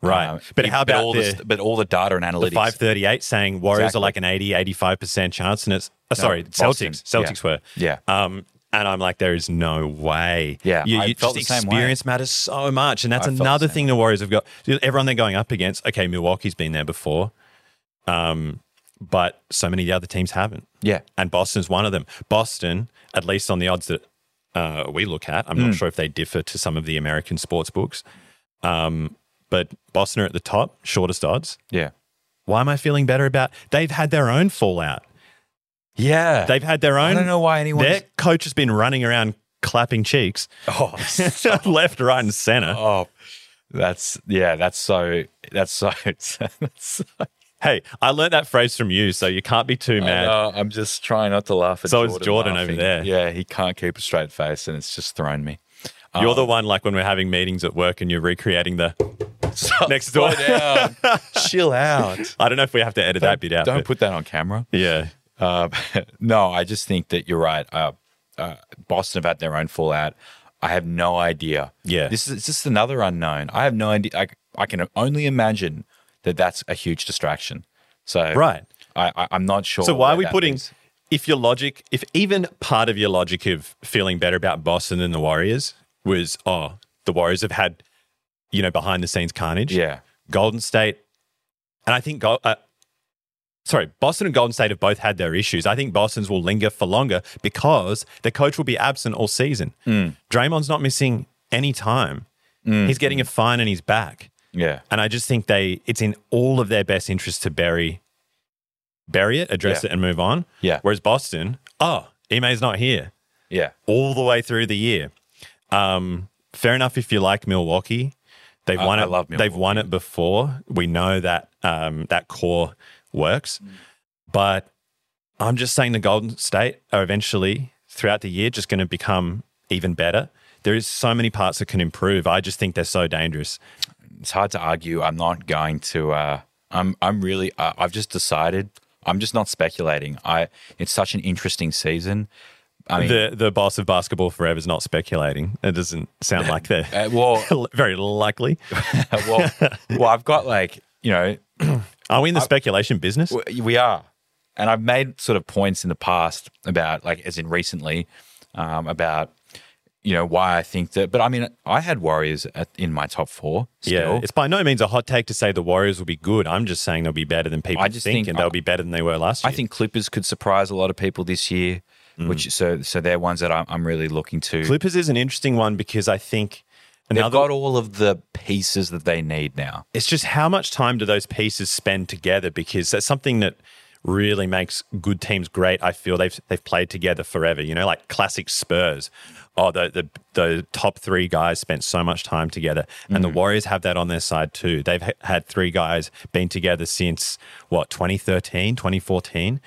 B: Right.
A: Um,
B: But how about
A: all
B: the-
A: st- but all the data and analytics?
B: 538 saying Warriors
A: Exactly.
B: are like an 80, 85% chance, and it's oh, sorry,
A: Boston.
B: Celtics. Celtics were.
A: yeah,
B: Um, and I'm like, there is no way.
A: Yeah,
B: you,
A: I
B: you
A: felt
B: just
A: the same way.
B: experience matters so much, and that's
A: I felt the
B: another
A: same
B: thing the Warriors have got. Everyone they're going up against. Okay, Milwaukee's been there before, um, but so many of the other teams haven't.
A: yeah,
B: and Boston's one of them. Boston, at least on the odds that uh, we look at, I'm
A: Hmm.
B: not sure if they differ to some of the American sports books, um, but Boston are at the top, shortest odds.
A: yeah,
B: Why am I feeling better about? They've had their own fallout.
A: yeah.
B: They've had their
A: I
B: own.
A: don't know why anyone.
B: Their coach has been running around clapping cheeks,
A: (laughs)
B: (laughs)
A: Oh,
B: left, right, and center.
A: oh, that's yeah. That's so. That's so. (laughs) that's so
B: Hey, I learned that phrase from you, so you can't be too
A: I
B: mad.
A: know, uh, I'm just trying not to laugh at.
B: So is
A: Jordan
B: Jordan over
A: laughing.
B: there.
A: Yeah, he can't keep a straight face, and it's just thrown me. Oh.
B: You're the one, like when we're having meetings at work and you're recreating the. Next
A: Slow
B: door. (laughs)
A: down. Chill out.
B: I don't know if we have to edit that bit out.
A: Don't
B: but-
A: put that on camera.
B: yeah.
A: Uh, (laughs) no, I just think that you're right. Uh, uh, Boston have had their own fallout. I have no idea.
B: Yeah.
A: this is it's just another unknown. I have no idea. I, I can only imagine that that's a huge distraction. So
B: Right.
A: I, I I'm not sure.
B: So why
A: where
B: are we
A: that
B: putting?
A: leaves.
B: If your logic, if even part of your logic of feeling better about Boston than the Warriors was, oh, the Warriors have had, you know, behind the scenes carnage.
A: Yeah,
B: Golden State, and I think, Gol- uh, sorry, Boston and Golden State have both had their issues. I think Boston's will linger for longer because the coach will be absent all season.
A: Hmm.
B: Draymond's not missing any time. He's getting a fine and he's back.
A: yeah,
B: And I just think they it's in all of their best interest to bury bury it, address
A: Yeah.
B: it and move on.
A: Yeah.
B: Whereas Boston, oh, Ime's not here
A: yeah,
B: all the way through the year. Um, fair enough if you like Milwaukee. They've
A: I-
B: won
A: I
B: it.
A: love
B: They've won it before. We know that um, that core works.
A: Mm.
B: But I'm just saying the Golden State are eventually throughout the year just going to become even better. There is so many parts that can improve. I just think they're so dangerous.
A: it's hard to argue. I'm not going to. Uh, I'm. I'm really. uh, I I've just decided. I'm just not speculating. I. It's such an interesting season. I
B: (laughs)
A: mean, (laughs)
B: the the boss of basketball forever is not speculating. It doesn't
A: (laughs)
B: sound like they're
A: uh, well,
B: (laughs) very likely.
A: well, well, I've got like you know
B: Are we in the speculation business?
A: W- We are. And I've made sort of points in the past about, like, as in recently, um, about, you know, why I think that. But I mean, I had Warriors at, in my top four. Still.
B: Yeah, it's by no means a hot take to say the Warriors will be good. I'm just saying they'll be better than people
A: I just
B: think,
A: think-
B: and they'll be better than they were last year.
A: I think Clippers could surprise a lot of people this year,
B: Mm.
A: which so so they're ones that I'm, I'm really looking to.
B: Clippers is an interesting one because I think
A: They've
B: another
A: got all of the pieces that they need now.
B: it's just how much time do those pieces spend together? Because that's something that really makes good teams great. I feel they've they've played together forever. You know, like classic Spurs. Oh, the the, the top three guys spent so much time together, and the Warriors have that on their side too. They've ha- had three guys been together since what 2013, 2014,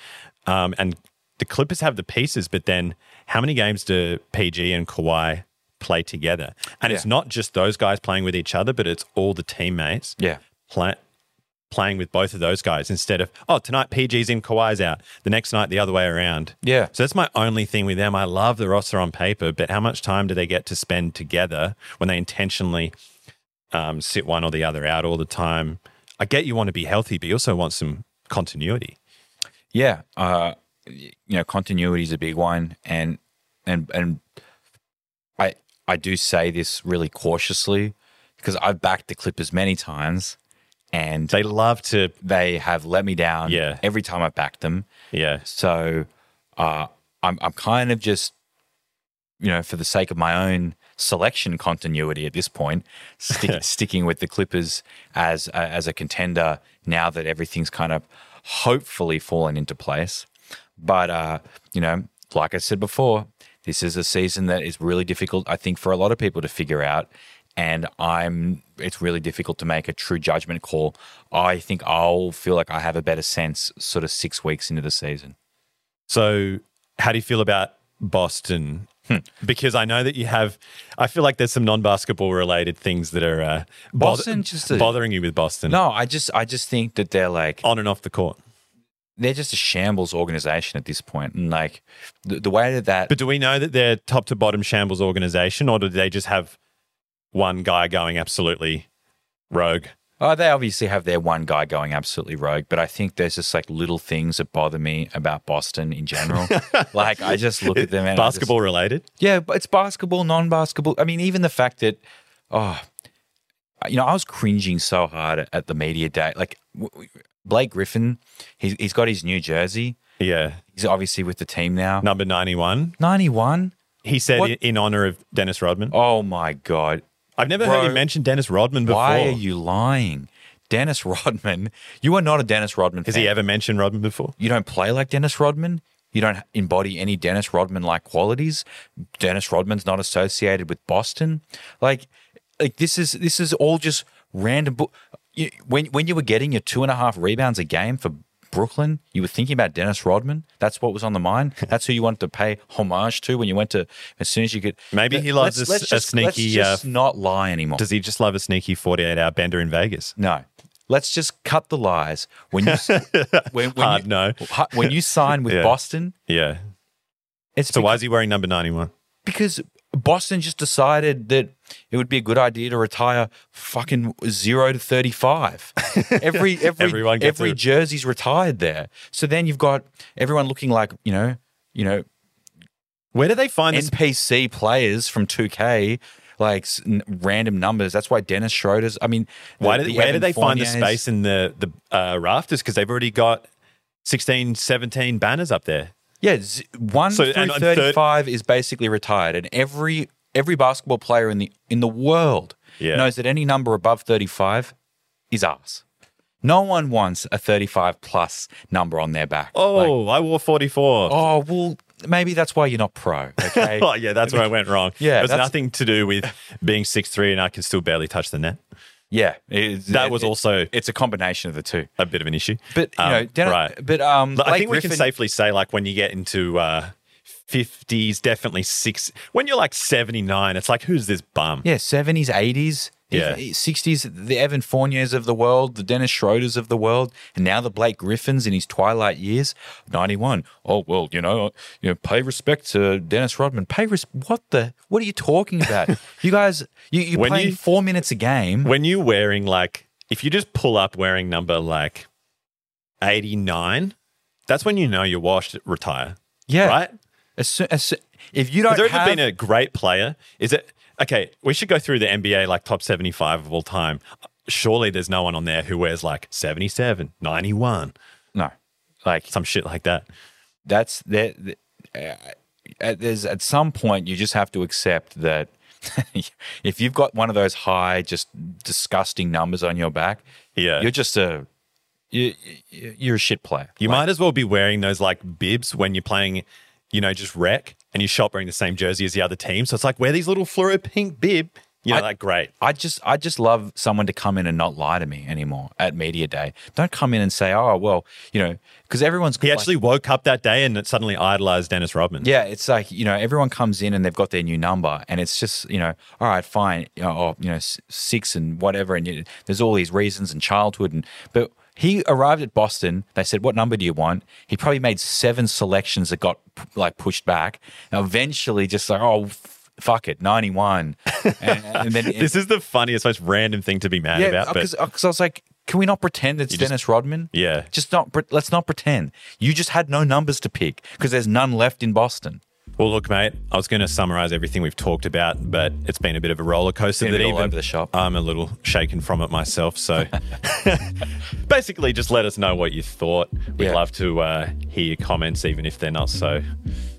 B: um, and the Clippers have the pieces. But then, how many games do PG and Kawhi? Play together, and it's
A: Yeah.
B: not just those guys playing with each other, but it's all the teammates
A: Yeah.
B: play, playing with both of those guys instead of, oh, tonight PG's in, Kawhi's out. The next night, the other way around.
A: Yeah.
B: So that's my only thing with them. I love the roster on paper, but how much time do they get to spend together when they intentionally um, sit one or the other out all the time? I get you want to be healthy, but you also want some continuity.
A: Yeah, uh, y- you know, continuity is a big one, and and and I I do say this really cautiously because I've backed the Clippers many times, and
B: They love to,
A: they have let me down.
B: Yeah.
A: every time I've backed them,
B: yeah,
A: so uh, I'm I'm kind of just you know for the sake of my own selection continuity at this point, stick, sticking with the Clippers as a, as a contender now that everything's kind of hopefully fallen into place. But uh, you know, like I said before, this is a season that is really difficult. I think for a lot of people to figure out. And I'm, it's really difficult to make a true judgment call. I think I'll feel like I have a better sense sort of six weeks into the season.
B: So, how do you feel about Boston?
A: Hmm.
B: Because I know that you have, I feel like there's some non-basketball related things that are uh, bother-
A: Boston just a-
B: bothering you with Boston
A: No, I just, I just think that they're like,
B: on and off the court.
A: they're just a shambles organization at this point. And like the, the way that that,
B: But do we know that they're top to bottom shambles organization, or do they just have one guy going absolutely rogue?
A: Oh, they obviously have their one guy going absolutely rogue, but I think there's just like little things that bother me about Boston in
B: (laughs)
A: general. like I just look at them and I just-
B: basketball related.
A: yeah, but it's basketball, non-basketball. I mean, even the fact that, oh, you know, I was cringing so hard at, at the media day. Like w- w- Blake Griffin, he's, he's got his new jersey.
B: Yeah,
A: He's obviously with the team now.
B: number ninety-one.
A: Ninety-one.
B: He said
A: What-
B: in, in honor of Dennis Rodman.
A: Oh my god.
B: I've never
A: Bro,
B: heard you mention Dennis Rodman before.
A: Why are you lying? Dennis (laughs) Rodman. You are not a Dennis Rodman
B: Has
A: fan.
B: he ever mentioned Rodman before?
A: You don't play like Dennis Rodman. You don't embody any Dennis Rodman like qualities. Dennis Rodman's not associated with Boston. Like, like this is this is all just random. Bu- you, when when you were getting your two and a half rebounds a game for Brooklyn, you were thinking about Dennis Rodman. That's what was on the
B: (laughs)
A: mind. That's who you wanted to pay homage to when you went to. As soon as you could,
B: Maybe he loves a s- a
A: just, Let's
B: sneaky, uh,
A: just not lie anymore.
B: Does he just love a sneaky 48 hour bender in Vegas?
A: No. Let's just cut the lies. When you
B: (laughs)
A: when, when
B: Hard
A: you,
B: no.
A: hu- when you sign with
B: (laughs) Yeah.
A: Boston,
B: Yeah.
A: it's
B: So
A: beca-
B: why is he wearing number 91?
A: because Boston just decided that it would be a good idea to retire fucking 0 to
B: (laughs)
A: 35. Every every
B: Everyone gets
A: every
B: a-
A: jersey's retired there. So then you've got everyone looking like, you know, you know,
B: Where do they find this?
A: NPC players from 2K like s- n- random numbers. That's why Dennis Schroeder's. I mean, the-
B: Why do,
A: the
B: where do
A: Evan
B: they find the
A: Fournier's-
B: space in the, the uh, rafters? Because they've already got 16, 17 banners up there.
A: Yeah, z- one
B: So,
A: through
B: and- and third-
A: thirty-five is basically retired, and every every basketball player in the in the world
B: Yeah.
A: knows that any number above thirty-five is ours. No one wants a thirty-five plus number on their back. Like,
B: Oh, I wore 44. Oh,
A: oh well, maybe that's why you're not
B: (laughs)
A: pro. Okay,
B: yeah, that's where I went wrong.
A: Yeah,
B: It was
A: that's-
B: nothing to do with being six three, and I can still barely touch the net.
A: yeah, it-
B: That
A: it-
B: was
A: it-
B: also
A: It's a combination of the two.
B: a bit of an issue.
A: But you
B: Um,
A: know, Den-
B: right.
A: but um,
B: But I
A: Blake
B: think we can
A: Griffin-
B: safely say, like, when you get into uh, 50s, definitely six. When you're like 79, it's like, who's this bum?
A: yeah, seventies, eighties.
B: Yeah.
A: Even- 60s, the Evan Fourniers of the world, the Dennis Schroeders of the world, and now the Blake Griffins in his twilight years, 91. Oh, well, you know, you know, pay respect to Dennis Rodman. Pay res- what the, what are you talking
B: (laughs)
A: about? you guys, you, you're
B: When
A: playing
B: you-
A: four minutes a game.
B: When you're wearing like, if you just pull up wearing number like 89, that's when you know you're washed, retire,
A: yeah.
B: right?
A: As soo- as soo- if you
B: Has
A: don't
B: there
A: have,
B: ever been a great player? Is it okay? We should go through the NBA like top 75 of all time. Surely there's no one on there who wears like 77, 91,
A: no, like
B: some shit like that.
A: that's that. th- uh, at, there's at some point you just have to accept that (laughs) if you've got one of those high, just disgusting numbers on your back,
B: Yeah.
A: you're just a you, you- you're a shit player.
B: You might as well be wearing those like bibs when you're playing, you know, just rec and you're shop wearing the same jersey as the other team. So it's like wear these little fluoro pink bib. You know,
A: I-
B: like great.
A: I just I just love someone to come in and not lie to me anymore at media day. Don't come in and say, "Oh, well, you know," because everyone's
B: He
A: like-
B: actually woke up that day and it suddenly idolized Dennis Rodman.
A: Yeah, it's like you know everyone comes in and they've got their new number, and it's just you know all right, fine, you know, oh, you know s- six and whatever, and you, there's all these reasons and childhood, and but he arrived at Boston. They said, "What number do you want?" He probably made seven selections that got p- like pushed back. And eventually, just like oh. f- Fuck it, ninety one, and, and
B: (laughs)
A: then
B: (laughs) This is the funniest, most random thing to be mad about. But
A: because uh, I was like, can we not pretend it's
B: just-
A: Dennis Rodman?
B: Yeah.
A: just not. pre- Let's not pretend. You just had no numbers to pick because there's none left in Boston.
B: well, look, mate, I was going to summarize everything we've talked about, but it's been a bit of a roller coaster.
A: Been a
B: that
A: bit all
B: even
A: over the shop.
B: I'm a little shaken from it
A: (laughs)
B: myself. So (laughs) basically, just let us know what you thought. We'd
A: Yeah.
B: love to uh, hear your comments, even if they're not so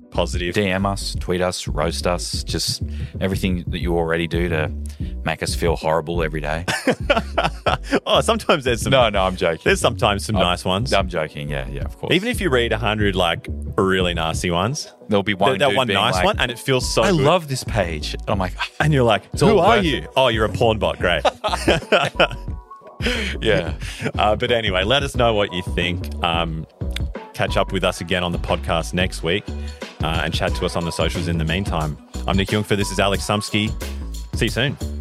B: positive.
A: DM us, tweet us, roast us, just everything that you already do to make us feel horrible every day.
B: Oh, sometimes there's
A: (laughs)
B: some.
A: no, no, I'm joking.
B: (laughs) There's sometimes some nice ones.
A: I'm joking. Yeah, yeah, of course.
B: Even if you read a hundred like really nasty ones,
A: There'll be one,
B: that- that
A: dude
B: one
A: being
B: nice
A: like,
B: one, and it feels so.
A: I
B: good.
A: love this page. And I'm like, "Ah,
B: And you're like,
A: all
B: who are
A: worth
B: you? Oh, you're a porn bot. Great.
A: (laughs) yeah.
B: uh, but anyway, let us know what you think. Um, catch up with us again on the podcast next week, uh, and chat to us on the socials. In the meantime, I'm Nick Young. For this is Alex Sumsky. See you soon.